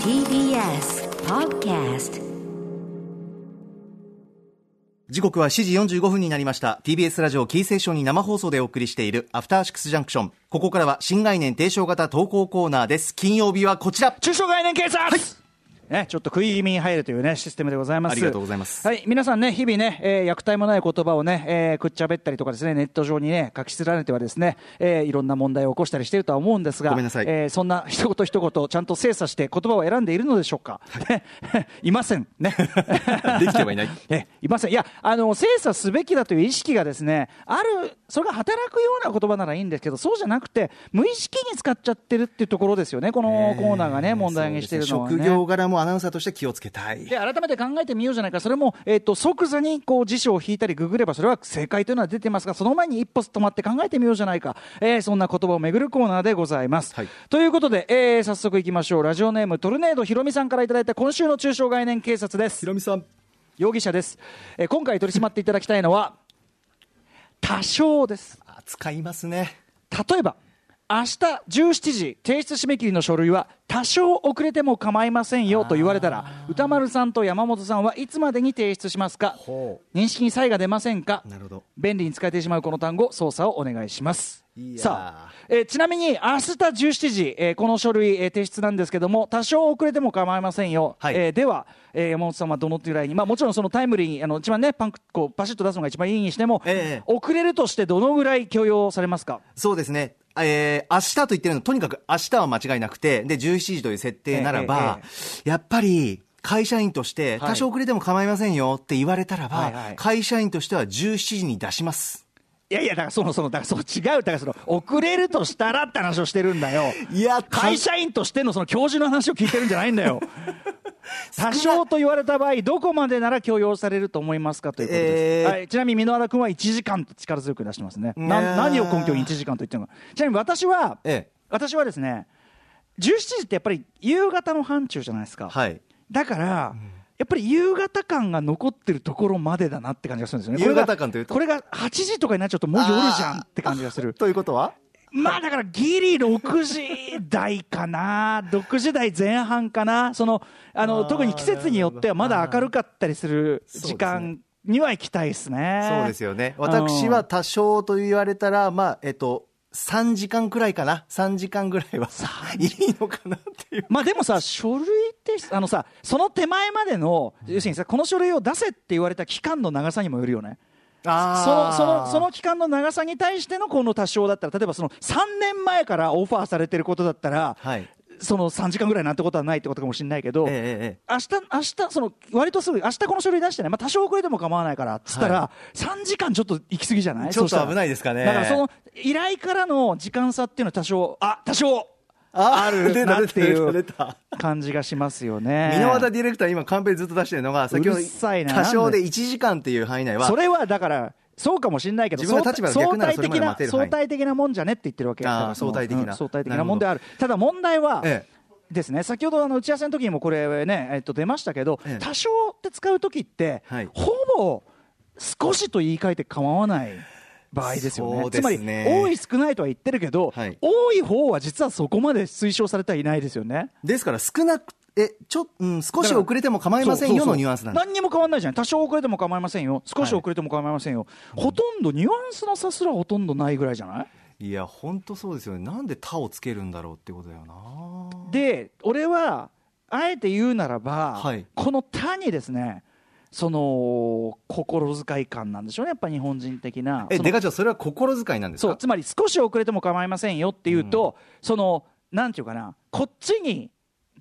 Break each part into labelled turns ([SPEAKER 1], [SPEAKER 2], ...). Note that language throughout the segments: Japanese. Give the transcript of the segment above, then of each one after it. [SPEAKER 1] TBS Podcast
[SPEAKER 2] 時刻は7時45分になりました TBS ラジオキーセーションに生放送でお送りしているアフターシックスジャンクションここからは新概念提唱型投稿コーナーです金曜日はこちら
[SPEAKER 3] 中小概念警察、ね、ちょっと食い気味に入るというね、システムでございます。
[SPEAKER 2] ありがとうございます
[SPEAKER 3] はい、皆さんね、日々ね、えー、虐待もない言葉をね、えー、くっちゃべったりとかですね、ネット上にね、書き連ねてはですね、えー、いろんな問題を起こしたりしているとは思うんですが、
[SPEAKER 2] ごめんなさい
[SPEAKER 3] えーそんな一言一言、ちゃんと精査して言葉を選んでいるのでしょうか。ね いません。 ね。
[SPEAKER 2] できてはいない
[SPEAKER 3] えいません、いやあの、精査すべきだという意識がですねある、それが働くような言葉ならいいんですけど、そうじゃなくて、無意識に使っちゃってるっていうところですよね、このコーナーがね、問題にしてるのは、ね
[SPEAKER 2] そうですね職業柄もアナウンサーとして気をつけたい
[SPEAKER 3] で改めて考えてみようじゃないか、それも、えっと即座にこう辞書を引いたり、ググれば、それは正解というのは出てますが、その前に一歩止まって考えてみようじゃないか、えーそんな言葉をめぐるコーナーでございます。
[SPEAKER 2] はい
[SPEAKER 3] ということで、えー早速いきましょう、ラジオネーム、トルネードひろみさんからいただいた今週の中小概念警察です。
[SPEAKER 2] ひろみさん
[SPEAKER 3] 容疑者です、えー今回取り締まっていただきたいのは多少です
[SPEAKER 2] あ使いますね
[SPEAKER 3] 例えば明日17時提出締め切りの書類は多少遅れても構いませんよと言われたら歌丸さんと山本さんはいつまでに提出しますか
[SPEAKER 2] ほ
[SPEAKER 3] 認識に差異が出ませんか
[SPEAKER 2] なるほど
[SPEAKER 3] 便利に使えてしまうこの単語操作をお願いします
[SPEAKER 2] いやー
[SPEAKER 3] さあ、えーちなみに明日17時、えーこの書類、えー提出なんですけども多少遅れても構いませんよ、
[SPEAKER 2] はい
[SPEAKER 3] えーでは、えー山本さんはどのぐらいに、まあ、もちろんそのタイムリーにあの一番ねパンクこうパシッと出すのが一番いいにしても、
[SPEAKER 2] ええ
[SPEAKER 3] 遅れるとしてどのぐらい許容されますか
[SPEAKER 2] そうですねえー、明日と言ってるのとにかく明日は間違いなくてで17時という設定ならば、
[SPEAKER 3] え
[SPEAKER 2] やっぱり会社員として
[SPEAKER 3] はい
[SPEAKER 2] 多少遅れても構いませんよって言われたらば、
[SPEAKER 3] はいはい
[SPEAKER 2] 会社員としては17時に出します
[SPEAKER 3] いやいやだからそのそのだからそう違うだからその遅れるとしたらって話をしてるんだ よ
[SPEAKER 2] いや
[SPEAKER 3] 会社員としてのその教授の話を聞いてるんじゃないんだ よ多少と言われた場合どこまでなら許容されると思いますかということです、
[SPEAKER 2] えー
[SPEAKER 3] はい、ちなみに箕輪田君は1時間と力強く出してますねな
[SPEAKER 2] ねー
[SPEAKER 3] 何を根拠に1時間と言ってるのかちなみに私は、
[SPEAKER 2] ええ
[SPEAKER 3] 私はですね17時ってやっぱり夕方の範疇じゃないですか、
[SPEAKER 2] はい
[SPEAKER 3] だから、やっぱり夕方感が残ってるところまでだなって感じがするんですよね。
[SPEAKER 2] 夕方
[SPEAKER 3] これが
[SPEAKER 2] 感というと
[SPEAKER 3] これが8時とかになっちゃうともう夜じゃんって感じがする。
[SPEAKER 2] ということは
[SPEAKER 3] まあだからギリ6時台かな、6時台前半かな、その、あの、
[SPEAKER 2] あー
[SPEAKER 3] 特に季節によってはまだ明るかったりする
[SPEAKER 2] そうですね
[SPEAKER 3] 時間には行きたいですね。
[SPEAKER 2] そうですよね。私は多少と言われたら、まあ、えっと、3時間くらいかな。3時間くらいはいいのかなっていう。
[SPEAKER 3] まあでもさ、書類って、あのさ、その手前までの、要するにさ、この書類を出せって言われた期間の長さにもよるよね。そのそのその期間の長さに対してのこの多少だったら例えばその3年前からオファーされてることだったら、
[SPEAKER 2] はい。
[SPEAKER 3] その3時間ぐらいなんてことはないってことかもしれないけど、
[SPEAKER 2] ええええ
[SPEAKER 3] 明日明日その割とすぐ明日この書類出してね、まあ、多少遅れても構わないからっつったら、
[SPEAKER 2] は
[SPEAKER 3] 3時間ちょっと行き過ぎじゃない
[SPEAKER 2] ちょっと
[SPEAKER 3] そしたら
[SPEAKER 2] 危ないですかね
[SPEAKER 3] だからその依頼からの時間差っていうのは多少あ多少
[SPEAKER 2] あ
[SPEAKER 3] あるなってい
[SPEAKER 2] 出
[SPEAKER 3] う
[SPEAKER 2] た。
[SPEAKER 3] 感じがします よね。
[SPEAKER 2] 箕輪田ディレクター、今、カンペずっと出してるのが、先ほ
[SPEAKER 3] うるさい
[SPEAKER 2] ど、
[SPEAKER 3] な
[SPEAKER 2] 多少で1時間っていう範囲内は
[SPEAKER 3] そ、れはだからそうかもしれないけど
[SPEAKER 2] 自分の立場が逆ならそれまで待てる範囲
[SPEAKER 3] 相対的なもんじゃねって言ってるわけだか
[SPEAKER 2] あ
[SPEAKER 3] ら
[SPEAKER 2] ー相対的な
[SPEAKER 3] うん相対的なもんであるただ問題は、
[SPEAKER 2] ええ
[SPEAKER 3] ですね先ほどあの打ち合わせの時にもこれね、えっと、出ましたけど、
[SPEAKER 2] ええ
[SPEAKER 3] 多少って使う時って、
[SPEAKER 2] はい
[SPEAKER 3] ほぼ少しと言い換えて構わない場合ですよね
[SPEAKER 2] そうで
[SPEAKER 3] つます
[SPEAKER 2] ね
[SPEAKER 3] り多い少ないとは言ってるけど、
[SPEAKER 2] はい
[SPEAKER 3] 多い方は実はそこまで推奨されてはいないですよね
[SPEAKER 2] ですから少なく、え、ちょ、うん、少し遅れても構いません
[SPEAKER 3] そ
[SPEAKER 2] よ
[SPEAKER 3] うそうそ
[SPEAKER 2] の
[SPEAKER 3] う
[SPEAKER 2] ニュアンスなんです。
[SPEAKER 3] 何にも変わらないじゃない多少遅れても構いませんよ少し遅れても構いませんよ、ほとんどニュアンスの差すらほとんどないぐらいじゃない
[SPEAKER 2] いや、本当そうですよね。なんで他をつけるんだろうってことだよな。
[SPEAKER 3] で俺はあえて言うならば、
[SPEAKER 2] はい
[SPEAKER 3] この「他」にですねその心遣い感なんでしょうねやっぱ日本人的な
[SPEAKER 2] え、
[SPEAKER 3] その
[SPEAKER 2] デカちゃん、それは心遣いなんです
[SPEAKER 3] そう
[SPEAKER 2] か
[SPEAKER 3] つまり少し遅れても構いませんよっていうと、そのなんていうかなこっちに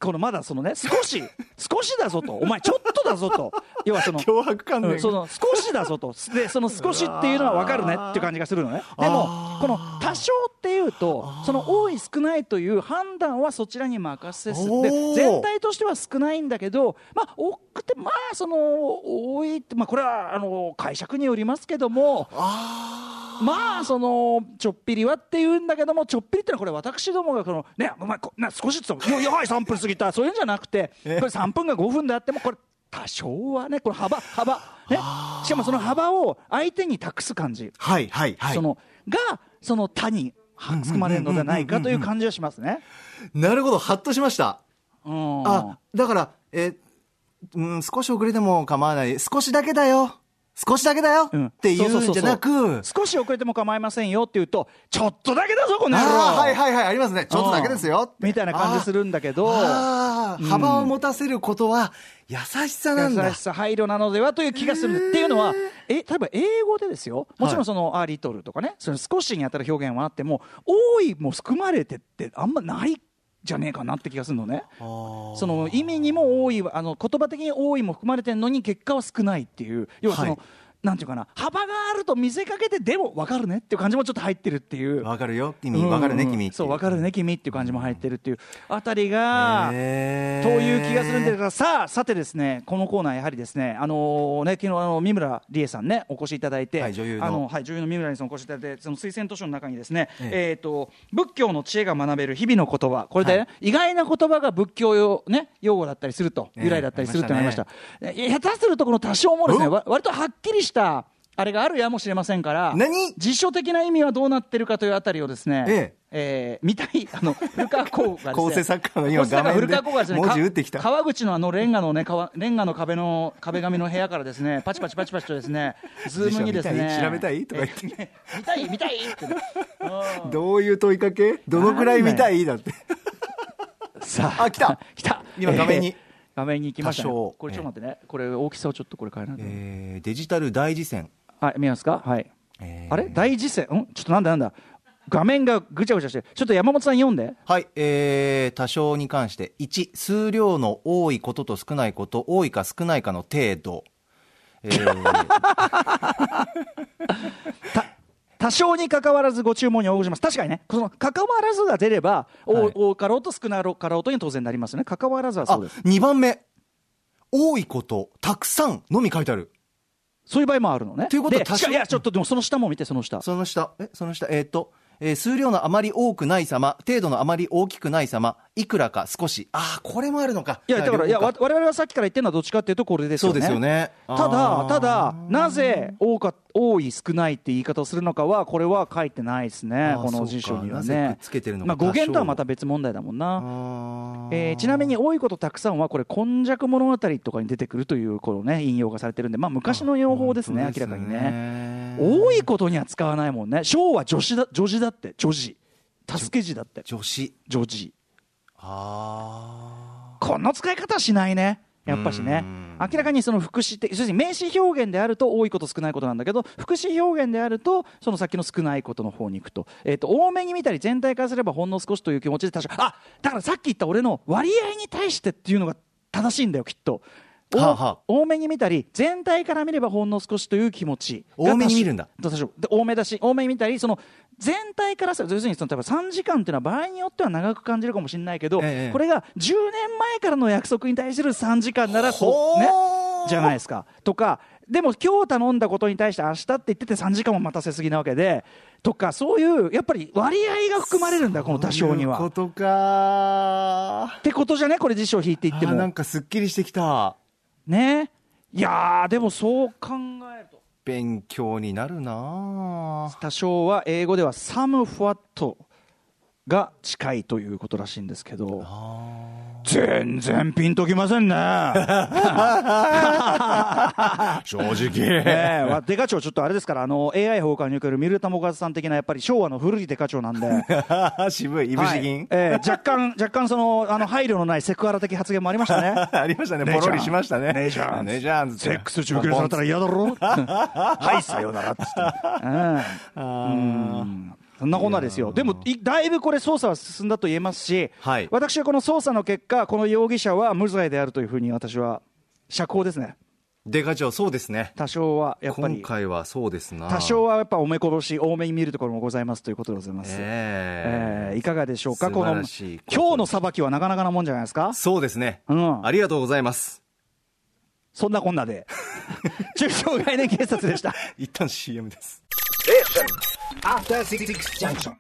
[SPEAKER 3] このまだそのね少し少しだぞとお前ちょっとだぞと要は その
[SPEAKER 2] 脅迫観念
[SPEAKER 3] うん
[SPEAKER 2] が
[SPEAKER 3] その少しだぞと でその少しっていうのは分かるねっていう感じがするのねでも
[SPEAKER 2] あー
[SPEAKER 3] この多少っていうとその多い少ないという判断はそちらに任せす
[SPEAKER 2] お
[SPEAKER 3] で
[SPEAKER 2] ー
[SPEAKER 3] 全体としては少ないんだけどまあ多くてまあその多いってまあこれはあの解釈によりますけどもまあそのちょっぴりはっていうんだけどもちょっぴりってのはこれ私どもがこのねお前こな少しずつもうやばい3分過ぎたそういうんじゃなくてこれ3分が5分であってもこれ多少はねこの幅幅ねしかもその幅を相手に託す感じ
[SPEAKER 2] はい、はい、はい。
[SPEAKER 3] そのがその他には含まれるのではないかという感じはしますね。
[SPEAKER 2] なるほど、はっとしました。
[SPEAKER 3] うん
[SPEAKER 2] あ、だから、え、うん、少し遅れても構わない。少しだけだよ。少しだけだよ、
[SPEAKER 3] うん
[SPEAKER 2] ってい
[SPEAKER 3] そううそ
[SPEAKER 2] ん
[SPEAKER 3] う
[SPEAKER 2] じ
[SPEAKER 3] そう
[SPEAKER 2] ゃなく、
[SPEAKER 3] 少し遅れても構いませんよって言うと、ちょっとだけだぞ、この野郎
[SPEAKER 2] ああ、はいはいはい、ありますね。ちょっとだけですよ。
[SPEAKER 3] みたいな感じするんだけど、
[SPEAKER 2] ああ、幅を持たせることは優しさなんだ。
[SPEAKER 3] 優しさ配慮なのではという気がするんですっていうのはえ例えば英語でですよもちろんその「あリトル」とかねその少しに当たる表現はあっても「多い」も含まれてってあんまないじゃねえかなって気がするのね。
[SPEAKER 2] そ
[SPEAKER 3] その意味にも多いあの言葉的に多いも含まれてるのに結果は少ないっていう要はその、
[SPEAKER 2] はい
[SPEAKER 3] なんていうかな幅があると見せかけてでも分かるねっていう感じもちょっと入ってるっていう
[SPEAKER 2] わかるよ、君。わかるね、
[SPEAKER 3] うんうん
[SPEAKER 2] 君。
[SPEAKER 3] そう分かるね君っていう感じも入ってるっていうあたりが
[SPEAKER 2] へー
[SPEAKER 3] という気がするんですがさあさてですねこのコーナーやはりですねあのね昨日あの三村理恵さんねお越しいただいて、
[SPEAKER 2] はい女優の
[SPEAKER 3] あのはい女優の三村理恵さんお越しいただいてその推薦図書の中にですね
[SPEAKER 2] え
[SPEAKER 3] えっ、と仏教の知恵が学べる日々の言葉これで、ね
[SPEAKER 2] はい
[SPEAKER 3] 意外な言葉が仏教用ね用語だったりすると
[SPEAKER 2] ええ
[SPEAKER 3] 由来だったりするとなりました
[SPEAKER 2] あ。
[SPEAKER 3] え下手するとこの多少もですね
[SPEAKER 2] うん
[SPEAKER 3] わ割とはっきりしたあれがあるやもしれませんから
[SPEAKER 2] 何
[SPEAKER 3] 辞書的な意味はどうなってるかというあたりをですね、
[SPEAKER 2] ええ
[SPEAKER 3] えー見たいあの古川光がですね
[SPEAKER 2] 構成作家の今
[SPEAKER 3] 構成作家古川光がですね
[SPEAKER 2] 画面で文字打ってきた
[SPEAKER 3] か川口のあのレンガのねかわレンガの壁の壁紙の部屋からです ねパチパチパチパチとですねズームにです
[SPEAKER 2] 辞
[SPEAKER 3] ね
[SPEAKER 2] 書見たい調べたいとか言
[SPEAKER 3] って見たい見たいってね
[SPEAKER 2] どういう問いかけどのくらい見たいだって。
[SPEAKER 3] さ
[SPEAKER 2] あ来た
[SPEAKER 3] 来た
[SPEAKER 2] 今画面に
[SPEAKER 3] えー画面に行きましたね
[SPEAKER 2] 多少
[SPEAKER 3] これちょっと待ってねこれ大きさをちょっとこれ変えないと
[SPEAKER 2] えーデジタル大事戦。
[SPEAKER 3] はい見えますかはい
[SPEAKER 2] えー
[SPEAKER 3] あれ大事線んちょっとなんだなんだ画面がぐちゃぐちゃしてるちょっと山本さん読んで
[SPEAKER 2] はい、えー、多少に関して、1、数量の多いことと少ないこと、多いか少ないかの程度。えー
[SPEAKER 3] 多少に関わらずご注文に応じます確かにねこの関わらずが出れば、
[SPEAKER 2] はい
[SPEAKER 3] お多かろうと少なかろうとに当然なりますよね関わらずは
[SPEAKER 2] あ、
[SPEAKER 3] そうです
[SPEAKER 2] 2番目。多いこと、たくさんのみ書いてある。
[SPEAKER 3] そういう場合もあるのね
[SPEAKER 2] ということは
[SPEAKER 3] で
[SPEAKER 2] 多少
[SPEAKER 3] いやいやちょっとでもその下も見てその下
[SPEAKER 2] その下、え、その下、えーっと、えー数量のあまり多くない様、程度のあまり大きくない様、いくらか少し。ああ、これもあるのか。
[SPEAKER 3] いやだからいや
[SPEAKER 2] 両
[SPEAKER 3] わ
[SPEAKER 2] 方
[SPEAKER 3] 我々はさっきから言ってるのはどっちかっていうとこれです
[SPEAKER 2] そ
[SPEAKER 3] よ
[SPEAKER 2] う
[SPEAKER 3] ね
[SPEAKER 2] ですよね。
[SPEAKER 3] ただ
[SPEAKER 2] あー
[SPEAKER 3] ただ、なぜ多か多い少ないって言い方をするのかはこれは書いてないですね
[SPEAKER 2] あー
[SPEAKER 3] この辞書には
[SPEAKER 2] そうかなぜ
[SPEAKER 3] ね
[SPEAKER 2] くっつけてるのか
[SPEAKER 3] まあ、語源とはまた別問題だもんな
[SPEAKER 2] あー
[SPEAKER 3] えーちなみに「多いことたくさん」はこれ「今昔物語」とかに出てくるというこのね引用がされてるんでまあ昔の用法ですね
[SPEAKER 2] 本当
[SPEAKER 3] 明
[SPEAKER 2] です
[SPEAKER 3] らかに
[SPEAKER 2] ね
[SPEAKER 3] ね多いことには使わないもんね「小」は助詞だ助詞だって助詞助け字だって
[SPEAKER 2] 女子。
[SPEAKER 3] 助詞
[SPEAKER 2] ああ。
[SPEAKER 3] この使い方はしないねやっぱしね
[SPEAKER 2] うん
[SPEAKER 3] 明らかにその副詞って要するに名詞表現であると多いこと少ないことなんだけど副詞表現であるとその先の少ないことの方に行くと,、えー、と多めに見たり全体からすればほんの少しという気持ちで確かあだからさっき言った俺の割合に対してっていうのが正しいんだよきっと。お
[SPEAKER 2] はあはあ
[SPEAKER 3] 多めに見たり全体から見ればほんの少しという気持ちが
[SPEAKER 2] 多めに見るんだ
[SPEAKER 3] どうでしょうで多めだし多めに見たりその全体からする要するにその例えば3時間っていうのは場合によっては長く感じるかもしれないけど、
[SPEAKER 2] ええ
[SPEAKER 3] これが10年前からの約束に対する3時間なら
[SPEAKER 2] ほ
[SPEAKER 3] そう
[SPEAKER 2] ー
[SPEAKER 3] ねじゃないですかとかでも今日頼んだことに対して明日って言ってて3時間も待たせすぎなわけでとかそういうやっぱり割合が含まれるんだこの多少には。
[SPEAKER 2] そういう
[SPEAKER 3] っ
[SPEAKER 2] ことか
[SPEAKER 3] てことじゃねこれ辞書を引いていって
[SPEAKER 2] でもなん
[SPEAKER 3] も。
[SPEAKER 2] かすっきりしてきた
[SPEAKER 3] ねいやーでもそう考えると。
[SPEAKER 2] 勉強になるなあ
[SPEAKER 3] 多少は英語ではサム・フワットが近いということらしいんですけど全然ピンときませんね
[SPEAKER 2] 正直
[SPEAKER 3] ねえわデカ長ちょっとあれですからあの AI 崩壊におけるミルタ・モガズさん的なやっぱり昭和の古いデカ長な んで
[SPEAKER 2] 渋いいぶ
[SPEAKER 3] は
[SPEAKER 2] し
[SPEAKER 3] い
[SPEAKER 2] 銀、
[SPEAKER 3] えー若干若干そのあの配慮のないセクハラ的発言もありましたね
[SPEAKER 2] ありましたね
[SPEAKER 3] 姉ちゃん
[SPEAKER 2] ポロリしましたね
[SPEAKER 3] 姉ちゃん
[SPEAKER 2] 姉ちゃん
[SPEAKER 3] セックス中継されたら嫌 だろはいさようならっつって、うん
[SPEAKER 2] あ
[SPEAKER 3] そんなこんなですよ、でもいだいぶこれ、捜査は進んだと言えますし、
[SPEAKER 2] はい
[SPEAKER 3] 私はこの捜査の結果、この容疑者は無罪であるというふうに私は、釈放ですね、
[SPEAKER 2] ーでかちょそうですね
[SPEAKER 3] 多少はやっぱ
[SPEAKER 2] 今
[SPEAKER 3] り、
[SPEAKER 2] 回はそうですな
[SPEAKER 3] 多少はやっぱお目殺し、多めに見るところもございますということでございます。
[SPEAKER 2] え
[SPEAKER 3] え
[SPEAKER 2] え
[SPEAKER 3] ーいかがでしょうか、
[SPEAKER 2] 素
[SPEAKER 3] この
[SPEAKER 2] 晴
[SPEAKER 3] 今
[SPEAKER 2] ら
[SPEAKER 3] 日
[SPEAKER 2] しい
[SPEAKER 3] の裁きはなかなかなもんじゃないですか、
[SPEAKER 2] そうですね、
[SPEAKER 3] うん
[SPEAKER 2] ありがとうござい ます
[SPEAKER 3] そんなこんな で、中小概念警察でした。
[SPEAKER 2] 一旦 CM です
[SPEAKER 4] After Six Junction.